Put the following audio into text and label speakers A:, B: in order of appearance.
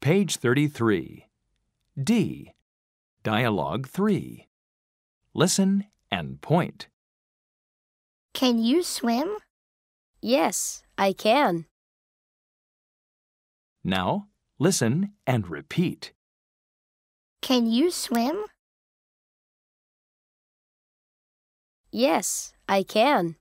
A: Page 33. D. Dialogue 3. Listen and point.
B: Can you swim?
C: Yes, I can.
A: Now, listen and repeat.
B: Can you swim?
C: Yes, I can.